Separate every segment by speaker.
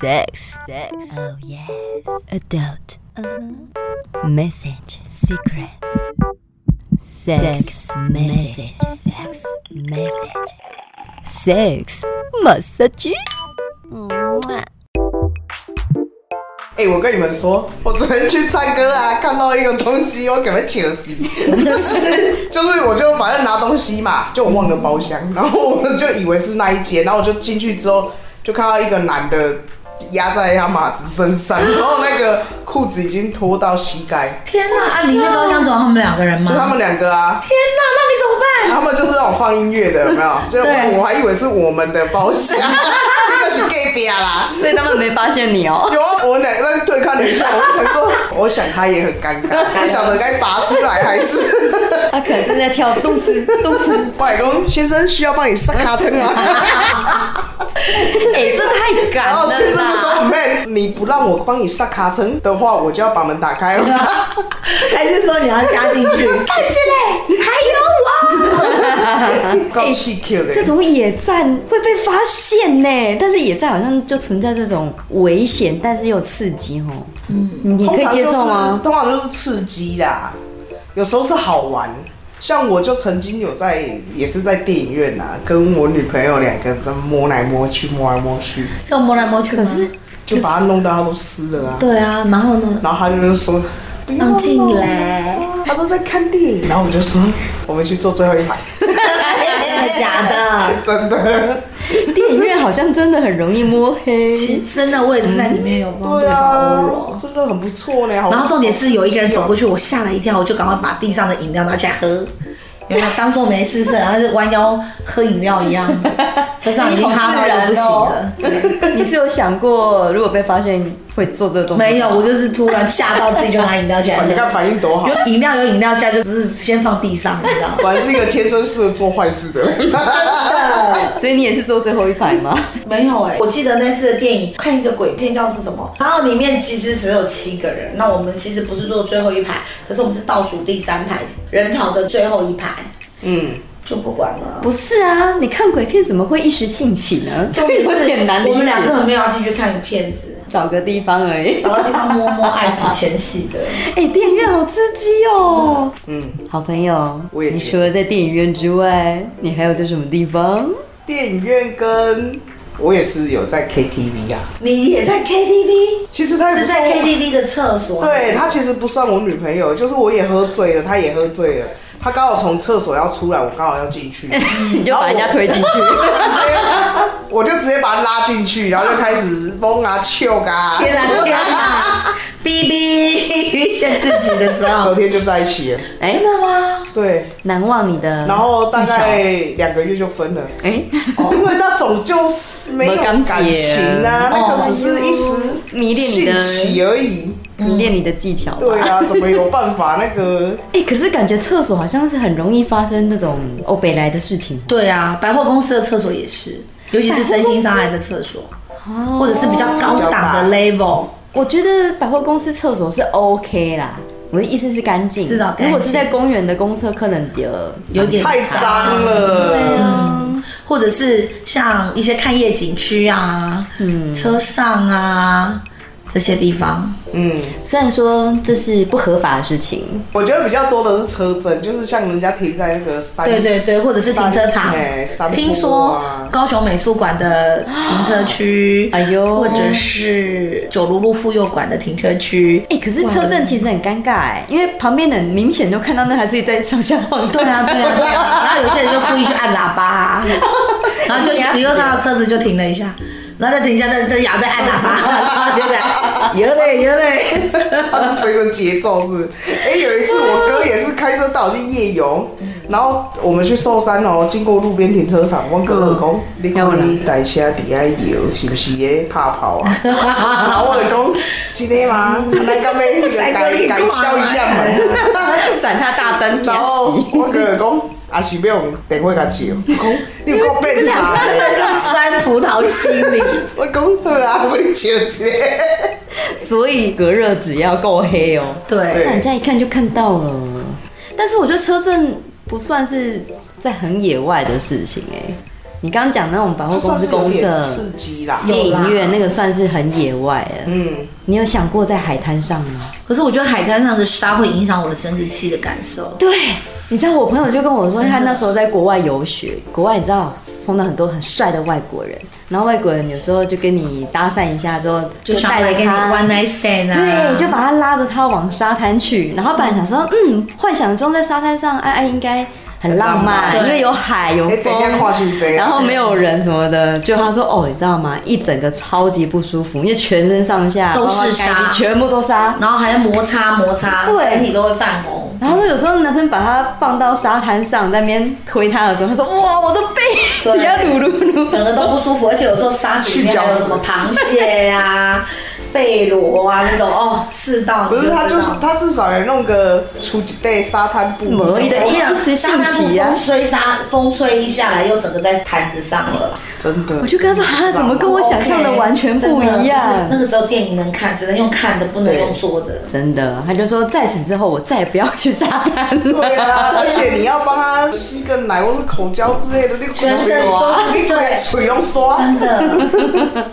Speaker 1: Sex, sex. Oh yes. Uh-huh. Adult. Message, secret. Sex, message, sex, message. Sex, massage.
Speaker 2: 哎、我跟你们说，我昨天去唱歌啊，看到一个东西，我给他糗死。 就是我就反正拿东西嘛，就我忘了包厢，然后我就以为是那一间，然后我就进去之后，就看到一个男的压在他马子身上，然后那个裤子已经脱到膝盖，
Speaker 3: 天哪！啊，里面包厢只有他们两个人吗？
Speaker 2: 就他们两个啊，
Speaker 3: 天哪！那你怎么办？
Speaker 2: 他们就是那种放音乐的，有没 有？就
Speaker 3: 对
Speaker 2: 我我还以为是我们的包厢，这个是 gay 表啦。
Speaker 4: 所以他们没发现你哦。
Speaker 2: 有啊，我两个对看了一下，我想说， 我想他也很尴 尬，不晓得该拔出来还是。
Speaker 4: 他可能正在跳 动词动词。
Speaker 2: 外公先生需要帮你上卡车 吗？
Speaker 4: 哎、这太敢
Speaker 2: 然后先生就
Speaker 4: 了
Speaker 2: 说
Speaker 4: 啦！
Speaker 2: 妹，你不让我帮你上卡车的话，我就要把门打开 了。
Speaker 3: 还是说你要加进去？
Speaker 4: 看起来还有我。
Speaker 2: 够气 Q 的
Speaker 4: 哎这。种野战会被发现呢，但是野战好像就存在这种危险，但是又刺激哦。嗯，你可以接受吗？
Speaker 2: 通常就是？通常就是刺激啦，有时候是好玩。像我就曾经有在，也是在电影院啊，跟我女朋友两个人在摸来摸去，摸来摸去，
Speaker 3: 这样摸来摸去吗？
Speaker 4: 可是
Speaker 2: 就把它弄到它都湿了啊。
Speaker 3: 对啊，然后呢？
Speaker 2: 然后他就是说不要
Speaker 3: 让进
Speaker 2: 弄
Speaker 3: 来，
Speaker 2: 他说在看电影，然后我就说我们去坐最后一排，
Speaker 3: 真的假的？
Speaker 2: 真的，
Speaker 4: 电影院好像真的很容易摸黑。
Speaker 3: 其实真的，我也是在里面有帮
Speaker 2: 对
Speaker 3: 对方欧
Speaker 2: 啊
Speaker 3: 罗，。
Speaker 2: 真的很不错呢。
Speaker 3: 哦然后重点是有一个人走过
Speaker 2: 去，
Speaker 3: 去，我吓了一跳，我就赶快把地上的饮料拿起来喝，原来当做没事事，然后就弯腰喝饮料一样，喝上已经哈到都不行了。对
Speaker 4: 你是有想过，如果被发现会做这个东西？
Speaker 3: 没有，我就是突然吓到自己就拿饮料起来
Speaker 2: 哇你 看
Speaker 3: 喝。
Speaker 2: 反应多好，
Speaker 3: 有饮料有饮料架，就只是先放地上，你知道吗？
Speaker 2: 果然是一个天生适合做坏事的人。
Speaker 4: 所以你也是坐最后一排吗？
Speaker 3: 没有哎、我记得那次的电影看一个鬼片叫是什么，然后里面其实只有七个人，那我们其实不是坐最后一排，可是我们是倒数第三排，人潮的最后一排，
Speaker 2: 嗯，
Speaker 3: 就不管了。
Speaker 4: 不是啊，你看鬼片怎么会一时兴起呢？ 这
Speaker 3: 重
Speaker 4: 个
Speaker 3: 点是
Speaker 4: 有点难理
Speaker 3: 我们俩根
Speaker 4: 解。
Speaker 3: 本没有要进去看片子，
Speaker 4: 找个地方而已。
Speaker 3: 找个地方摸摸爱抚前戏的。
Speaker 4: 哎、电影院好刺激哦！
Speaker 2: 嗯，
Speaker 4: 好朋友，
Speaker 2: 我也觉得
Speaker 4: 你除了在电影院之外，你还有在什么地方？
Speaker 2: 电影院跟我也是有在 KTV 啊，
Speaker 3: 你也在 KTV，
Speaker 2: 其实他也
Speaker 3: 是
Speaker 2: 不
Speaker 3: 在
Speaker 2: 算我
Speaker 3: KTV 的厕所。
Speaker 2: 对她其实不算我女朋友，就是我也喝醉了，她也喝醉了。她刚好从厕所要出来，我刚好要进去，
Speaker 4: 你就把人家推进
Speaker 2: 哦
Speaker 4: 去。
Speaker 2: 我就直接把她拉进去，然后就开始蹦啊、跳 啊。
Speaker 3: 天哪天哪，哔哔，限制级的时
Speaker 2: 隔
Speaker 3: 候，
Speaker 2: 天就在一起了。
Speaker 4: 哎、
Speaker 3: 真的吗？
Speaker 2: 对，
Speaker 4: 难忘你的技巧，
Speaker 2: 然后大概两个月就分了，哦
Speaker 4: 哎，
Speaker 2: 因为那种就是没有感情啊，
Speaker 4: 没
Speaker 2: 那
Speaker 4: 感觉
Speaker 2: 个只是一时
Speaker 4: 迷恋你
Speaker 2: 兴
Speaker 4: 的
Speaker 2: 起而已。
Speaker 4: 迷恋你的技巧吧。
Speaker 2: 对啊，怎么有办法那 个？
Speaker 4: 哎、可是感觉厕所好像是很容易发生那种欧北来的事情
Speaker 3: 对啊，百货公司的厕所也是，尤其是身心障碍的厕所，
Speaker 4: 哦
Speaker 3: 或者是比较高档的 level。
Speaker 4: 我觉得百货公司厕所是 OK 啦，我的意思是干净。
Speaker 3: 至少干净
Speaker 4: 如果是在公园的公厕，可能嗯得
Speaker 3: 有点
Speaker 2: 太脏了。
Speaker 3: 或者是像一些看夜景区啊，嗯，车上啊这些地方，
Speaker 2: 嗯，
Speaker 4: 虽然说这是不合法的事情，，
Speaker 2: 我觉得比较多的是车震，就是像人家停在那个山，
Speaker 3: 对对对，或者是停车
Speaker 2: 山
Speaker 3: 场
Speaker 2: 哎山坡。啊
Speaker 3: 听说高雄美术馆的停车区
Speaker 4: 哎呦
Speaker 3: 或者是九如路妇幼馆的停车 区。
Speaker 4: 哎、可是车震其实很尴尬哎、因为旁边的人明显都看到那台车在上下晃
Speaker 3: 对
Speaker 4: 动。
Speaker 3: 啊，对啊，对啊然后有些人就故意去按喇叭、啊，然后就你又看到车子就停了一下，然后再停一下，再再摇再按喇叭，然后就来，有嘞有嘞，
Speaker 2: 它是随着节奏是。哎、有一次我哥也是开车带我去夜游，然后我们去寿山哦，经过路边停车场，我哥就
Speaker 3: 嗯
Speaker 2: 讲，你看你台车底下摇，是不是咧怕跑 啊？然后我就讲，真的吗？
Speaker 3: 嗯
Speaker 2: 那个妹 那个改改敲一下门。
Speaker 4: 闪他大 灯，
Speaker 2: 然后哦我哥就讲，啊是要用电话甲照，我讲你有够变
Speaker 3: 真
Speaker 2: 态啊
Speaker 3: 的。就是酸葡萄心理。
Speaker 2: 我讲好啊，我你照 一下。
Speaker 4: 所以隔热纸要够黑哦、
Speaker 3: 对
Speaker 2: 对，
Speaker 4: 那人家一看就看到了。但是我觉得车震不算是在很野外的事情哎、你刚刚讲那种百货
Speaker 2: 它算
Speaker 4: 公司
Speaker 2: 是有
Speaker 4: 公
Speaker 2: 点
Speaker 4: 社、
Speaker 2: 刺激啦。
Speaker 4: 电影
Speaker 3: 有
Speaker 4: 院
Speaker 3: 啦
Speaker 4: 那个算是很野外了。
Speaker 2: 嗯，
Speaker 4: 你有想过在海滩上吗？
Speaker 3: 可是我觉得海滩上的沙会影响我的生殖器的感受。
Speaker 4: 对，你知道我朋友就跟我说，他那时候在国外游学，国外你知道碰到很多很帅的外国人，然后外国人有时候就跟你搭讪一下之后，
Speaker 3: 就想
Speaker 4: 带着
Speaker 3: 来给你
Speaker 4: 他
Speaker 3: one night stand 啊，
Speaker 4: 对，就把他拉着他往沙滩去，然后本来想说，嗯，幻想中在沙滩上，爱爱应该很浪
Speaker 2: 很
Speaker 4: 漫，
Speaker 3: 浪漫
Speaker 4: 因为有海有
Speaker 2: 哎，等一下
Speaker 4: 风。
Speaker 2: 话是这
Speaker 4: 然
Speaker 2: 样，
Speaker 4: 后没有人什么的，就他说哦，你知道吗？一整个超级不舒服，因为全身上下
Speaker 3: 都是
Speaker 4: 包括
Speaker 3: 沙
Speaker 4: 该地全部都沙。
Speaker 3: 然后还要摩擦摩擦，
Speaker 4: 对
Speaker 3: 身体都会泛红。
Speaker 4: 然后有时候男生把他放到沙滩上，在那边推他的时候，他说哇，我的背
Speaker 3: 对
Speaker 4: 也要噜噜噜。
Speaker 3: 整个都不舒服，而且有时候沙子里面还有什么螃蟹 啊、贝螺啊那种，哦，刺到
Speaker 2: 不
Speaker 3: 你
Speaker 2: 是他就
Speaker 3: 知
Speaker 2: 是
Speaker 3: 道
Speaker 2: 他至少也弄个出几袋沙滩布，
Speaker 4: 没
Speaker 2: 你就
Speaker 4: 的
Speaker 2: 哦
Speaker 4: 一样是
Speaker 3: 沙
Speaker 4: 性
Speaker 3: 滩
Speaker 4: 急啊
Speaker 3: 风吹沙，风吹一下来，又整个在坛子上了。
Speaker 2: 真的。
Speaker 4: 我就跟他说啊，怎么跟我想象的完全不一
Speaker 3: 真
Speaker 4: 样？
Speaker 3: 的那个只有电影能看，只能用看的，不能用做的。
Speaker 4: 真的，他就说在此之后我再也不要去沙滩了。
Speaker 2: 对啊，而且你要帮他吸个奶或者口交之类的，你
Speaker 3: 全身都是
Speaker 2: 你
Speaker 3: 对
Speaker 2: 水用刷，
Speaker 3: 真 的，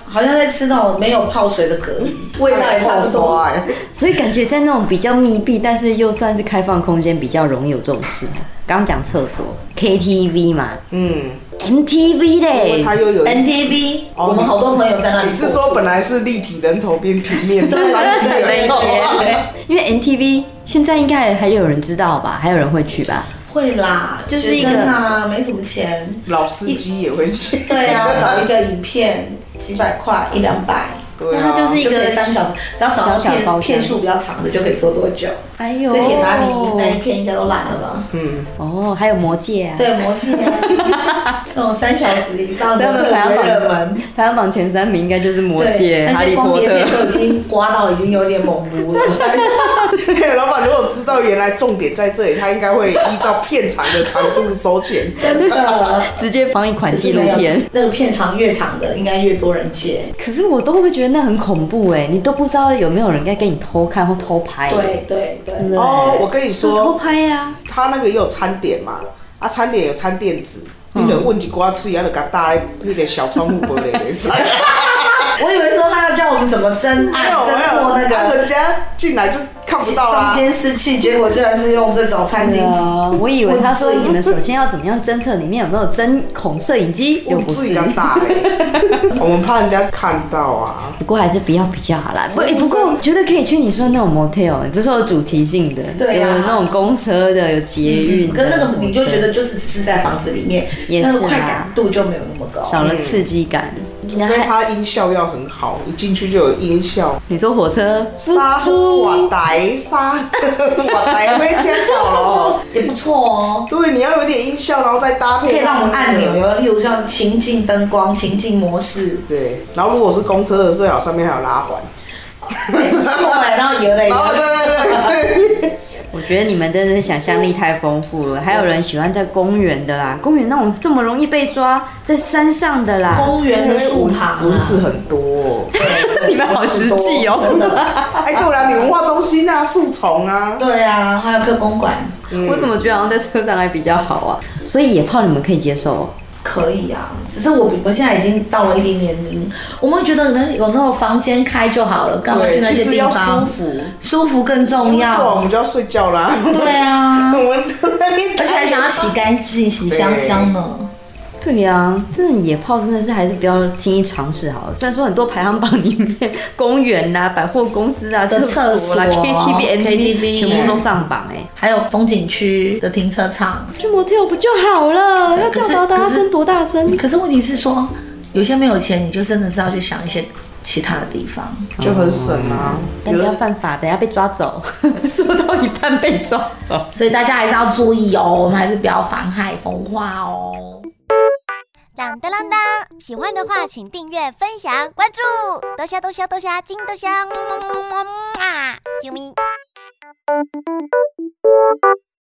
Speaker 3: 好像在吃那种没有泡水的蛤蜊，味道也差
Speaker 2: 爆
Speaker 3: 不多。
Speaker 2: 刷哎，
Speaker 4: 所以感觉在那种比较密闭，但是又算是开放空间，比较容易有这种事。刚刚讲厕所、KTV 嘛
Speaker 2: 嗯，
Speaker 4: ，MTV
Speaker 2: 因为
Speaker 4: 嘞
Speaker 2: 他，又有一。
Speaker 3: NTV，
Speaker 2: 哦
Speaker 3: 我们好多朋友在那里过。
Speaker 2: 你是说本来是立体人头变平面 的，
Speaker 4: 对
Speaker 2: 三 D 人头啊？
Speaker 4: 因为 MTV 现在应该还有人知道吧，还有人会去吧？
Speaker 3: 会啦，
Speaker 4: 就是一
Speaker 3: 学
Speaker 4: 个
Speaker 3: 生啊，没什么钱。
Speaker 2: 老司机也会去，
Speaker 3: 对啊，找一个影片几百块一两百，
Speaker 2: 对啊，
Speaker 4: 那就是一
Speaker 3: 就
Speaker 4: 个
Speaker 3: 可以三小时，只要找
Speaker 4: 小
Speaker 3: 到
Speaker 4: 小包厢
Speaker 3: 片片数比较长的就可以做多久。
Speaker 4: 哎呦
Speaker 3: 所以铁达尼那一片应该都烂了吧？
Speaker 2: 嗯，
Speaker 4: 哦，还有魔戒啊，
Speaker 3: 对，魔镜 啊，这种三小时以上
Speaker 4: 所以
Speaker 3: 的
Speaker 4: 他们
Speaker 3: 特
Speaker 4: 排行
Speaker 3: 别热
Speaker 4: 榜
Speaker 3: 门。
Speaker 4: 排行榜前三名应该就是魔戒、
Speaker 3: 对
Speaker 4: 哈
Speaker 3: 那
Speaker 4: 利
Speaker 3: 些光
Speaker 4: 波
Speaker 3: 碟
Speaker 4: 特
Speaker 3: 片。都已经刮到已经有点模糊了。
Speaker 2: 嘿 老板如果知道原来重点在这里，他应该会依照片长的长度收钱。
Speaker 3: 真 的。
Speaker 4: 直接放一款
Speaker 3: 可
Speaker 4: 纪
Speaker 3: 是
Speaker 4: 录
Speaker 3: 没有
Speaker 4: 片，，
Speaker 3: 那个片长越长的，应该越多人接。
Speaker 4: 可是我都会觉得那很恐怖哎、你都不知道有没有人在跟你偷看或偷拍，
Speaker 3: 对对对，
Speaker 4: 对不对？
Speaker 2: 哦，我跟你
Speaker 4: 就偷
Speaker 2: 说，
Speaker 4: 拍啊呀、
Speaker 2: 他那个也有餐点嘛，啊，餐点有餐垫子，你得问几瓜子，然后给大家那个小窗户玻璃没事。
Speaker 3: 我以为说他要教我们怎么侦
Speaker 2: 没
Speaker 3: 案、
Speaker 2: 有没
Speaker 3: 侦破那
Speaker 2: 有，
Speaker 3: 个
Speaker 2: 啊人家进来就看不到啊
Speaker 3: 房
Speaker 2: 啦。
Speaker 3: 监视器，结果居然是用这种餐
Speaker 4: 啊对
Speaker 3: 厅。
Speaker 4: 啊， 我以为他说
Speaker 3: 问罪
Speaker 4: 你们首先要怎么样侦测里面有没有针孔摄影机，又不
Speaker 2: 我自己
Speaker 4: 是。
Speaker 2: 敢打嘞，欸 我们怕人家看到啊。
Speaker 4: 不过还是比较比较好啦。不，
Speaker 2: 我
Speaker 4: 哎不过
Speaker 2: 我
Speaker 4: 我觉得可以去你说的那种 motel，不是有主题性的，
Speaker 3: 对啊嗯
Speaker 4: 有那种公车的，有捷运的，
Speaker 3: 跟那个你就觉
Speaker 4: 火
Speaker 3: 得就是只是在房子里面，
Speaker 4: 也是啊
Speaker 3: 那个快感度就没有那么高
Speaker 4: 车。少了刺激感。
Speaker 2: 除
Speaker 4: 然后
Speaker 2: 非
Speaker 4: 还
Speaker 2: 他音效要很好，一进去就有音效。
Speaker 4: 你坐火车，
Speaker 2: 沙
Speaker 3: 啊
Speaker 2: 瓦台沙瓦台会签到了哦。
Speaker 3: 也不错哦。
Speaker 2: 对，你要有点音效，然后再搭
Speaker 3: 可以
Speaker 2: 配
Speaker 3: 让我们按
Speaker 4: 啊
Speaker 3: 钮
Speaker 2: 那个。
Speaker 3: 有，例如像情境灯光、情境模 式，
Speaker 2: 对，然后如果是公车的，最好上面还有拉环。
Speaker 3: 对不错哎，然后有了一
Speaker 2: 然
Speaker 4: 哦
Speaker 2: 后对
Speaker 3: 个，
Speaker 2: 对对对，
Speaker 4: 我觉得你们真的是想象力太丰富了，还有人喜欢在公园的啦，公园那种这么容易被抓，在山上的啦，
Speaker 3: 公园的树
Speaker 2: 蚊
Speaker 3: 旁
Speaker 2: 蚊
Speaker 3: 啊，
Speaker 2: 子很多。
Speaker 4: 你们好实际哦。
Speaker 2: 哎，对啦，你文化中心啊，树丛啊，
Speaker 3: 对啊，还有个公馆
Speaker 4: 我怎么觉得好像在车上还比较好啊？所以野炮你们可以接受哦，
Speaker 3: 可以啊，只是我我现在已经到了一定年龄，我们觉得能有那种房间开就好了，干嘛去
Speaker 2: 对，
Speaker 3: 那
Speaker 2: 其
Speaker 3: 些
Speaker 2: 实
Speaker 3: 地
Speaker 2: 要舒
Speaker 3: 方？
Speaker 2: 服。
Speaker 3: 舒服更重
Speaker 2: 做完我
Speaker 3: 要。
Speaker 2: 们就要睡觉啦。
Speaker 3: 对啊，
Speaker 2: 我们在那边，
Speaker 3: 而且还想要洗干净、洗香香呢。
Speaker 4: 对呀、这种野炮真的是还是不要轻易尝试好了。虽然说很多排行榜里面，公园啦、百货公司啊、
Speaker 3: 的
Speaker 4: 厕所啦、
Speaker 3: 厕所
Speaker 4: KTV、MTV
Speaker 3: KTV
Speaker 4: 全部都上榜哎、
Speaker 3: 还有风景区的停车场。
Speaker 4: 去 motel 不就好了？要
Speaker 3: 可
Speaker 4: 叫
Speaker 3: 是
Speaker 4: 到大
Speaker 3: 可是
Speaker 4: 声多大声？
Speaker 3: 可是问题是说，有些没有钱，你就真的是要去想一些其他的地方。
Speaker 2: 就很省啊。
Speaker 4: 但不要犯法，等下被抓走， 做到一半被抓走。
Speaker 3: 所以大家还是要注意哦，我们还是不要妨害风化哦。
Speaker 5: 当当当当！喜欢的话，请订阅、分享、关注，多虾多虾多虾，金多虾，么么么么么啊！啾咪。